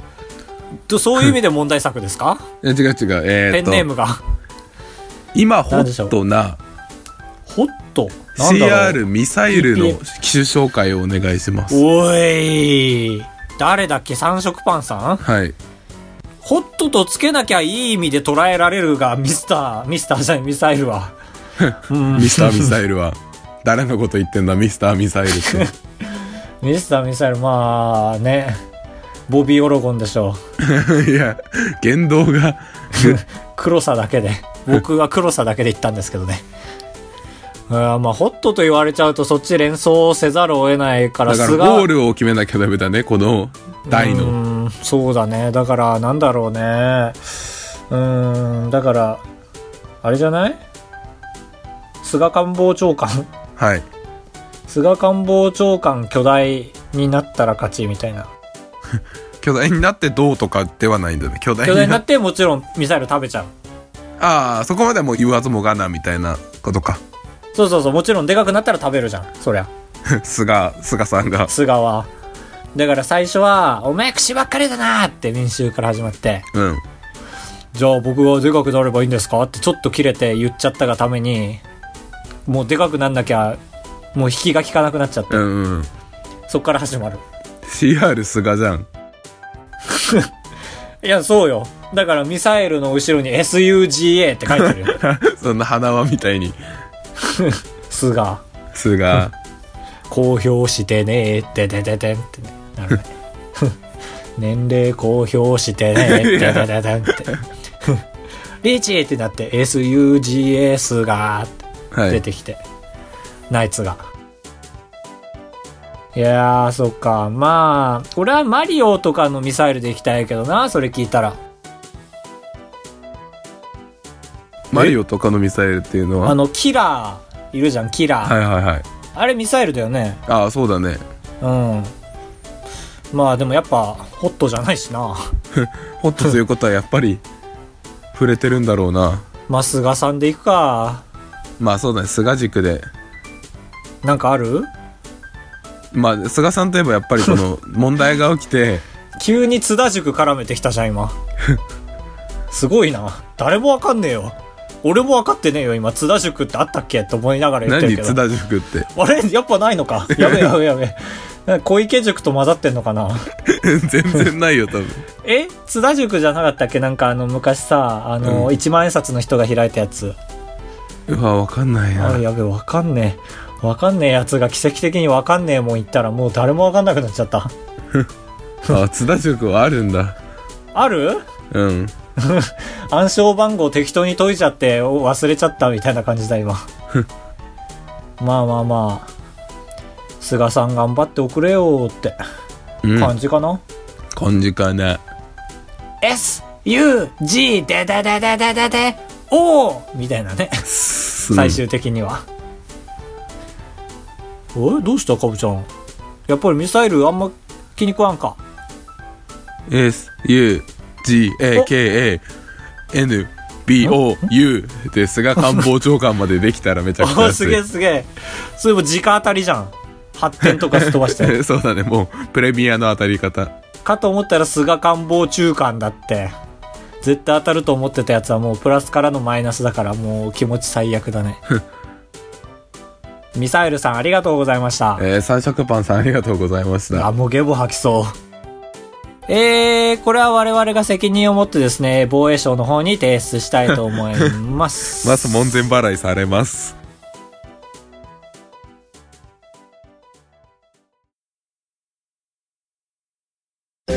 Speaker 4: とそういう意味で問題作ですか
Speaker 3: え違う違う。 え
Speaker 4: ペ
Speaker 3: っ
Speaker 4: ン
Speaker 3: と、
Speaker 4: ネームが。
Speaker 3: 今ホットな
Speaker 4: ホットなんだろう
Speaker 3: CR ミサイルの機種紹介をお願いします。
Speaker 4: おい。誰だっけ三色パンさん
Speaker 3: はい。
Speaker 4: ホットとつけなきゃいい意味で捉えられるが、ミスター、ミスターじゃない、ミサイルは。うん
Speaker 3: ミスターミサイルは。 誰のこと言ってんだ、ミスターミサイルって。
Speaker 4: ミスターミサイル、まあね。ボビー・オロゴンでしょう。
Speaker 3: いや、言動が、
Speaker 4: 黒さだけ で僕は黒さだけで言ったんですけどねあまあホットと言われちゃうとそっち連想せざるを得ないから
Speaker 3: だから
Speaker 4: すが
Speaker 3: ゴールを決めなきゃダメだね、この台
Speaker 4: うー
Speaker 3: の。
Speaker 4: んそうだねだからなんだろうねうーんだからあれじゃない菅官房長官
Speaker 3: はい。
Speaker 4: 菅官房長官巨大になったら勝ちみた いな
Speaker 3: 巨大になってどうとかではないんだね。巨大
Speaker 4: 巨
Speaker 3: に
Speaker 4: 大に
Speaker 3: な
Speaker 4: な
Speaker 3: っ
Speaker 4: ってもちろんミサイル食べちゃう
Speaker 3: ああ、そこまではもう言わずもがな、みたいなことか。
Speaker 4: そうそうそうもちろんでかくなったら食べるじゃんそりゃ
Speaker 3: 菅、菅さんが。
Speaker 4: 菅は。だから最初は、お前口ばっかりだなーって民衆から始まって、
Speaker 3: うん。
Speaker 4: じゃあ僕がでかくなればいいんですかってちょっと切れて言っちゃったがために、もうでかくなんなきゃ、もう引きが効かなくなっちゃって、
Speaker 3: うんうん。
Speaker 4: そっから始まる。
Speaker 3: CR 菅じゃん。
Speaker 4: いや、そうよ。だからミサイルの後ろに SUGA って書いてるよ。
Speaker 3: そんな花輪みたいに。
Speaker 4: 菅、
Speaker 3: 菅。
Speaker 4: 公表してねーってでででんってなるね。 年齢公表してねーってでででんって。リーチってなって SUGS が
Speaker 3: は
Speaker 4: 出
Speaker 3: い。
Speaker 4: てきて、ナイツが。いやー、そっか。まあ、俺はマリオとかのミサイルで行きたいけどな、それ聞いたら。
Speaker 3: マリオとかのミサイルっていうのは
Speaker 4: あの、キラー、いるじゃん、キラー。
Speaker 3: はいはいはい。
Speaker 4: あれミサイルだよね。
Speaker 3: ああ、そうだね。
Speaker 4: うん。まあでもやっぱ、ホットじゃないしな。
Speaker 3: ホットということはやっぱり、触れてるんだろうな。
Speaker 4: まあ、菅さんで行くか。
Speaker 3: まあそうだね、菅軸で。
Speaker 4: なんかある
Speaker 3: まあ、菅さんといえばやっぱり その、問題が起きて、
Speaker 4: 急に津田塾絡めてきたじゃん、 今。すごいな。誰もわかんねえよ。俺も分かってねえよ、今。津田塾ってあったっけと思いながら言ってる
Speaker 3: 何
Speaker 4: けど。
Speaker 3: 津田塾って。
Speaker 4: あれやっぱないのか。やべやべやべ。小池塾と混ざってんのかな。
Speaker 3: 全然ないよ、多分。
Speaker 4: え津田塾じゃなかったっけなんかあの、昔さ、あの、
Speaker 3: うん
Speaker 4: 1万円札の人が開いたやつ。
Speaker 3: うわ、わかんない
Speaker 4: あ
Speaker 3: な。
Speaker 4: やべ、わかんねえ。わかんねえやつが奇跡的にわかんねえもん言ったらもう誰もわかんなくなっちゃった。
Speaker 3: あ、津田塾はあるんだ。
Speaker 4: ある
Speaker 3: うん。
Speaker 4: 暗証番号適当に解いちゃってお忘れちゃったみたいな感じだ今まあまあまあ菅さん頑張っておくれよって
Speaker 3: うん。
Speaker 4: 感じかな、
Speaker 3: 感じかな。
Speaker 2: SUG ででででででで
Speaker 4: おおみたいなね最終的には、おいどうしたかぶちゃんやっぱりミサイルあんま気に食わんか
Speaker 3: S, U, G, A, K, A, N, B, O, U ですが官房長官までできたらめちゃくちゃ
Speaker 4: お おす
Speaker 3: 安
Speaker 4: げ
Speaker 3: い
Speaker 4: え。すげえそれも直当たりじゃん発展とかすっ飛ばして
Speaker 3: そうだね、もうプレミアの当たり方。
Speaker 4: かと思ったら菅官房中間だって絶対当たると思ってたやつはもうプラスからのマイナスだからもう気持ち最悪だねミサイルさんありがとうございました
Speaker 3: えー、三色パンさんありがとうございました。
Speaker 4: あもうゲボ吐きそうえー、これは我々が責任を持ってですね防衛省の方に提出したいと思います
Speaker 3: まず門前払いされます。
Speaker 4: 高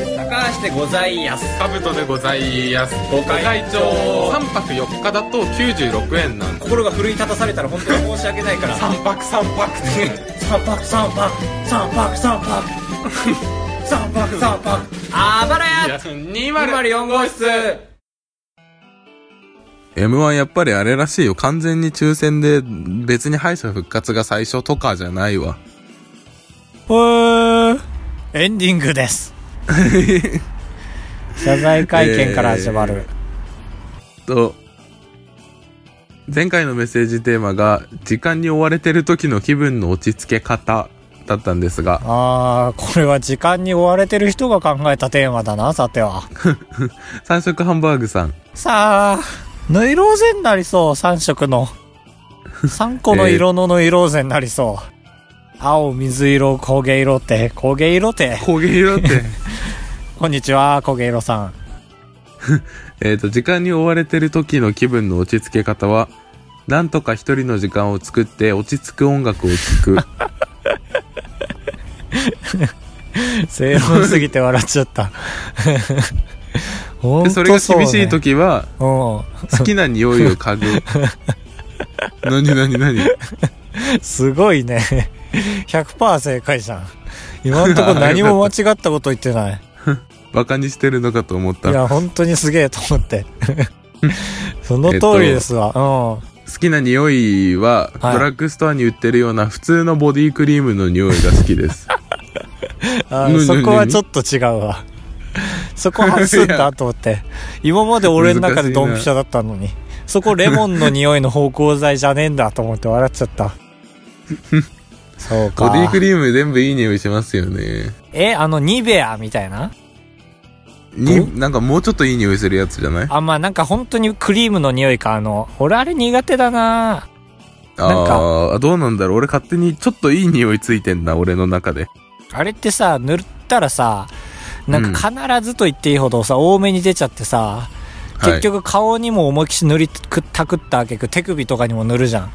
Speaker 4: 橋でございやす
Speaker 5: カブトでございます。ご
Speaker 4: 会長
Speaker 5: 3泊4日だと96円なんで
Speaker 4: 心が奮い立たされたら本当に申し訳ない から三泊三泊三泊三泊三泊 三泊三泊三泊あばらや
Speaker 5: す。204号室
Speaker 3: M1 やっぱりあれらしいよ。完全に抽選で別に敗者復活が最初とかじゃないわ。
Speaker 4: エンディングです 謝罪会見から始まる、
Speaker 3: と、前回のメッセージテーマが、時間に追われてる時の気分の落ち着け方だったんですが、
Speaker 4: ああこれは時間に追われてる人が考えたテーマだなさては
Speaker 3: 三色ハンバーグさん、
Speaker 4: さあノイローゼになりそう3色の3個の色のノイローゼになりそう、青水色焦げ色って焦げ色って
Speaker 3: 焦げ色って、
Speaker 4: こんにちは焦げ色さん
Speaker 3: えっと、時間に追われてる時の気分の落ち着け方は、なんとか一人の時間を作って落ち着く音楽を聴く。
Speaker 4: 正論すぎて笑っちゃった。ほん
Speaker 3: で、
Speaker 4: と
Speaker 3: それが厳しい
Speaker 4: そうね
Speaker 3: 時は、
Speaker 4: う
Speaker 3: 好きな匂いを嗅ぐ。何何何
Speaker 4: ん。すごいね。100%正解じゃん。今 んとこ何も間違ったこと言ってない。
Speaker 3: バカにしてるのかと思っ
Speaker 4: い
Speaker 3: た。好
Speaker 4: や、本当にすげえと思 って。その通りですわ。
Speaker 3: きな匂いは、ド
Speaker 4: はい
Speaker 3: ラッグストアに売ってるような普通のボディクリームの匂いが好きです。
Speaker 4: うんあ
Speaker 3: ぬ
Speaker 4: ー。
Speaker 3: ぬ
Speaker 4: そこはちょっと違うわ。そこ外すんだと思って。今まで俺の中でドンピシャだったのに。そこレモンの匂いの芳香剤じゃねえんだと思って笑っちゃった。そうか。
Speaker 3: ボディクリーム全部いい匂いしますよね。
Speaker 4: えあのニベアみたいな
Speaker 3: に、なんかもうちょっといい匂いするやつじゃない
Speaker 4: あまあなんか本当にクリームの匂いかあの俺あれ苦手だななんか
Speaker 3: あーあ、どうなんだろう。俺勝手にちょっといい匂いついてんな、俺の中で。
Speaker 4: あれってさ塗ったらさなんか必ずと言っていいほどさ、多めに出ちゃってさ
Speaker 3: はい
Speaker 4: 結局顔にも思いっきし塗りたくったあげく手首とかにも塗るじゃん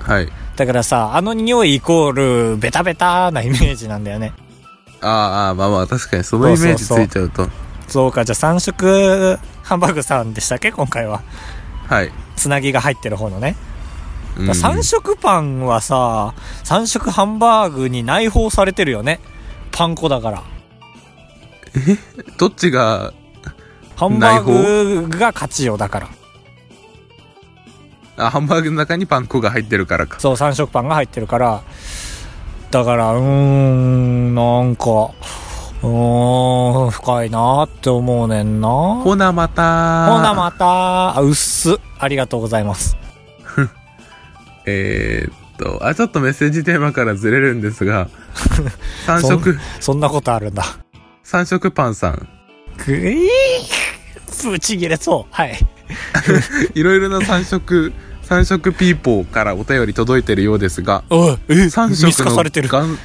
Speaker 3: はい。
Speaker 4: だからさあの匂いイコールベタベタなイメージなんだよね
Speaker 3: あーあー、まあまあ、確かにそのイメージついちゃうと。
Speaker 4: そうかじゃあ3色ハンバーグさんでしたっけ今回は
Speaker 3: はい。
Speaker 4: つなぎが入ってる方のね。
Speaker 3: うん
Speaker 4: だから3色パンはさ、3色ハンバーグに内包されてるよね。パン粉だから。
Speaker 3: どっちが、
Speaker 4: ハンバーグが勝ちよ、だから。
Speaker 3: あ、ハンバーグの中にパン粉が入ってるからか。
Speaker 4: そう、3色パンが入ってるから。だから、うーん、なんか、うーん、深いなって思うねんな。ほ
Speaker 3: ほなまた。
Speaker 4: な、また、あ、うっす。ありがとうございます。
Speaker 3: えーっと、あ、ちょっとメッセージテーマからずれるんです が、三色、
Speaker 4: そんなことあるんだ。
Speaker 3: 三色パンさん。
Speaker 4: くい ーぶち切れそう。はい。
Speaker 3: いろいろな三色、三色ピーポーからお便り届いてるようですが、
Speaker 4: おい、え
Speaker 3: 三
Speaker 4: 見透
Speaker 3: 色
Speaker 4: か
Speaker 3: の
Speaker 4: されてる。
Speaker 3: 元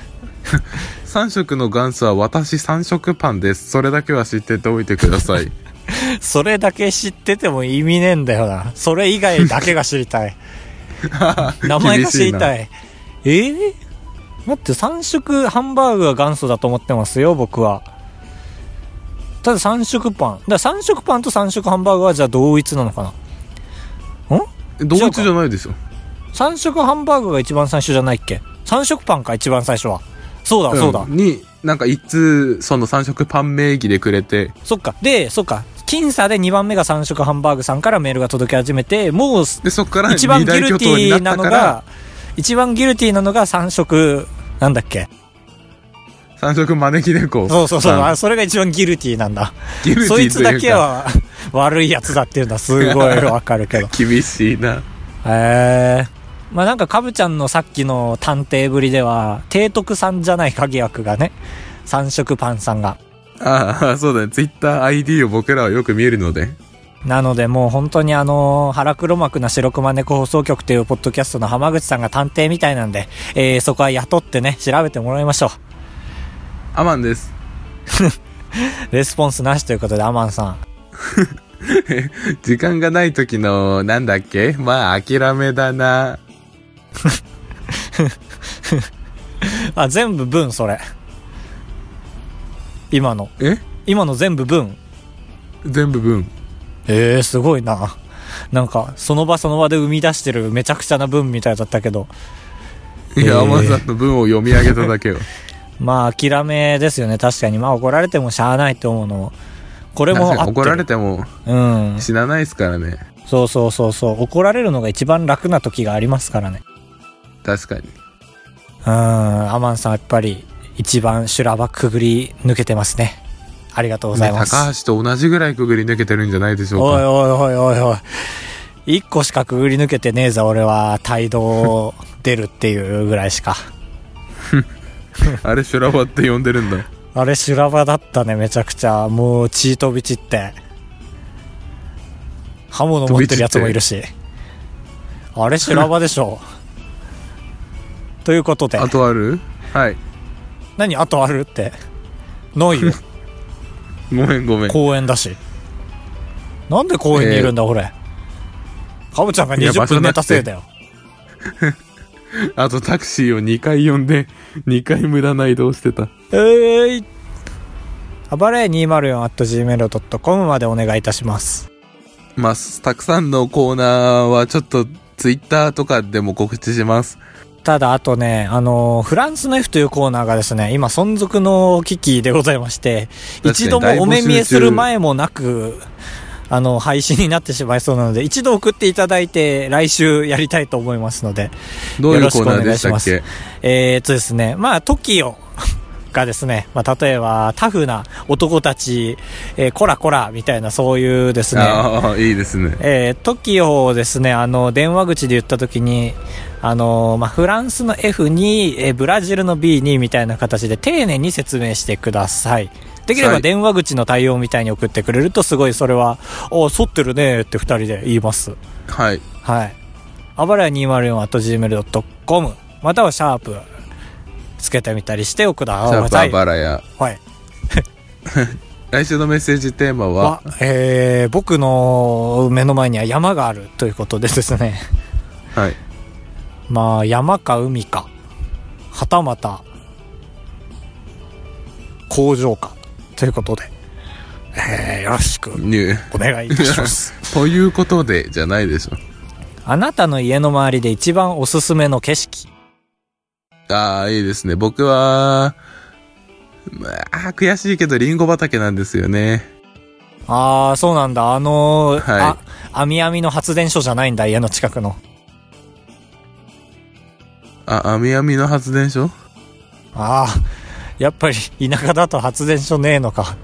Speaker 3: 三色の元祖は私三色パンです。それだけは知ってておいてく ださい。
Speaker 4: それだけ知ってても意味ねえんだよな。それ以外だけが知りた い。名前が知りた
Speaker 3: い。
Speaker 4: い。えー、待って、3色ハンバーグが元祖だと思ってますよ、僕は。ただ3色パン。だ3色パンと3色ハンバーグはじゃあ同一なのかな
Speaker 3: 同一じゃないでしょ。
Speaker 4: ?3 色ハンバーグが一番最初じゃないっけ ?3 色パンか、一番最初は。そうだ、そうだ。
Speaker 3: んに、なんか一通、その三色パン名義でくれて、
Speaker 4: そっか。で、そっか。僅差で2番目が3色ハンバーグさんからメールが届き始めて、もうす
Speaker 3: で、そっから
Speaker 4: 一番
Speaker 3: 二
Speaker 4: ギ
Speaker 3: 大
Speaker 4: ル
Speaker 3: 巨
Speaker 4: テ
Speaker 3: 頭に
Speaker 4: ィ
Speaker 3: な
Speaker 4: ー
Speaker 3: っ
Speaker 4: な
Speaker 3: た
Speaker 4: の
Speaker 3: から
Speaker 4: が、、一番ギルティーなのが3色、なんだっけ
Speaker 3: 三色招き猫。
Speaker 4: そうそうそう。
Speaker 3: さん
Speaker 4: あそれが一番ギルティーなんだ。
Speaker 3: ギルティー
Speaker 4: そいつだけ
Speaker 3: というか。
Speaker 4: は悪いやつだっていうのはすごいわかるけど
Speaker 3: 厳しいな。
Speaker 4: へえ。まあなんかカブちゃんのさっきの探偵ぶりでは、提督さんじゃないか疑惑がね。三色パンさんが。
Speaker 3: ああ、そうだね。ツイッター ID を僕らはよく見えるので。
Speaker 4: なのでもう本当にあの腹黒幕な白熊猫放送局というポッドキャストの浜口さんが探偵みたいなんで、えー、そこは雇ってね、調べてもらいましょ
Speaker 3: アマンです。
Speaker 4: う。レスポンスなしということで、アマンさん。
Speaker 3: 時間がない時の、なんだっけまあ、諦めだな。
Speaker 4: あ、全部文、それ。今の。
Speaker 3: え
Speaker 4: 今の全部文。
Speaker 3: 全部分。
Speaker 4: えー、すごいな。なんか、その場その場で生み出してるめちゃくちゃな文みたいだったけど、
Speaker 3: い
Speaker 4: え
Speaker 3: や、
Speaker 4: ー
Speaker 3: アマンさんの文を読み上げただ けよ。
Speaker 4: まあ、諦めですよね、確かに。まあ、怒られてもしゃあないと思うのも。これも
Speaker 3: 確
Speaker 4: あっ
Speaker 3: か
Speaker 4: て
Speaker 3: に
Speaker 4: る
Speaker 3: 怒られても
Speaker 4: うん。
Speaker 3: 死なないですからね。
Speaker 4: そうそうそうそう。怒られるのが一番楽な時がありますからね。
Speaker 3: 確かに。
Speaker 4: うん、アマンさんはやっぱり、一番修羅場くぐり抜けてますね。ありがとうございます。
Speaker 3: 高橋と同じぐらいくぐり抜けてるんじゃないでしょう
Speaker 4: おい
Speaker 3: か。
Speaker 4: おいおいおいおい。一個しかくぐり抜けてねえぞ、俺は。態度出るっていうぐらいしか。
Speaker 3: あれ、修羅場って呼んでるん だ。
Speaker 4: あれ修羅場だったね、めちゃくちゃ。もう血飛び散って。刃物持ってるやつもいるし。あれ修羅場でし ょ。ということで
Speaker 3: あ。とあるはい。
Speaker 4: 何あとあるって。ない よ。
Speaker 3: ごめんごめん。
Speaker 4: 公園だし。なんで公園にいるんだ、俺。かぶちゃんが
Speaker 3: いや
Speaker 4: 20
Speaker 3: 場所
Speaker 4: 分
Speaker 3: な
Speaker 4: 寝
Speaker 3: くて
Speaker 4: たせいだよ。
Speaker 3: あとタクシーを2回呼んで、2回 無駄な移動してた。
Speaker 4: えーい。暴れ 204.gmail.com までお願いいたします。
Speaker 3: まあ、すたくさんのコーナーはちょっとツイッターとかでも告知します。
Speaker 4: ただ、あとね、あのーフランスの F というコーナーがですね、今存続の危機でございまして、
Speaker 3: かに
Speaker 4: 一度もお目見えする前もなく、あの、配信になってしまいそうなので、一度送っていただいて、来週やりたいと思いますので、
Speaker 3: どういうコーナーでしたっ
Speaker 4: よ
Speaker 3: け
Speaker 4: えー、っとですね、まあ、TOKIO がですね、まあ、例えば、タフな男たち、えーコラコラみたいな、そういうですね、
Speaker 3: ああ、いいですね。
Speaker 4: えー、トキオをですね、あの、電話口で言ったときに、あの、まあ、フランスの F に、えーブラジルの B に、みたいな形で丁寧に説明してください。できれ
Speaker 3: は
Speaker 4: ば
Speaker 3: い
Speaker 4: 電話口の対応みたいに送ってくれると、すごいそれは、お反ってるねーって二人で言います。
Speaker 3: はい。
Speaker 4: はい。あばらや 204.gmail.com、またはシャープ、つけてみたりしておくだ
Speaker 3: じゃあ、
Speaker 4: さ
Speaker 3: バ
Speaker 4: い。
Speaker 3: バラや。
Speaker 4: はい。
Speaker 3: 来週のメッセージテーマは
Speaker 4: は、、えー、僕の目の前には山があるということでですね。
Speaker 3: はい。
Speaker 4: まあ、山か海か、はたまた、工場か、ということで、
Speaker 2: えーよろしく
Speaker 3: ね
Speaker 2: お願いいたし ます。
Speaker 3: ということで、じゃないでしょ。
Speaker 4: あなたの家の周りで一番おすすめの景色。
Speaker 3: ああ、いいですね。僕は、まあ、悔しいけど、リンゴ畑なんですよね。
Speaker 4: ああ、そうなんだ。あのー、
Speaker 3: はい
Speaker 4: あ、網網の発電所じゃないんだ、家の近くの。
Speaker 3: あ、あみあみの発電所
Speaker 4: ああ、やっぱり田舎だと発電所ねえのか。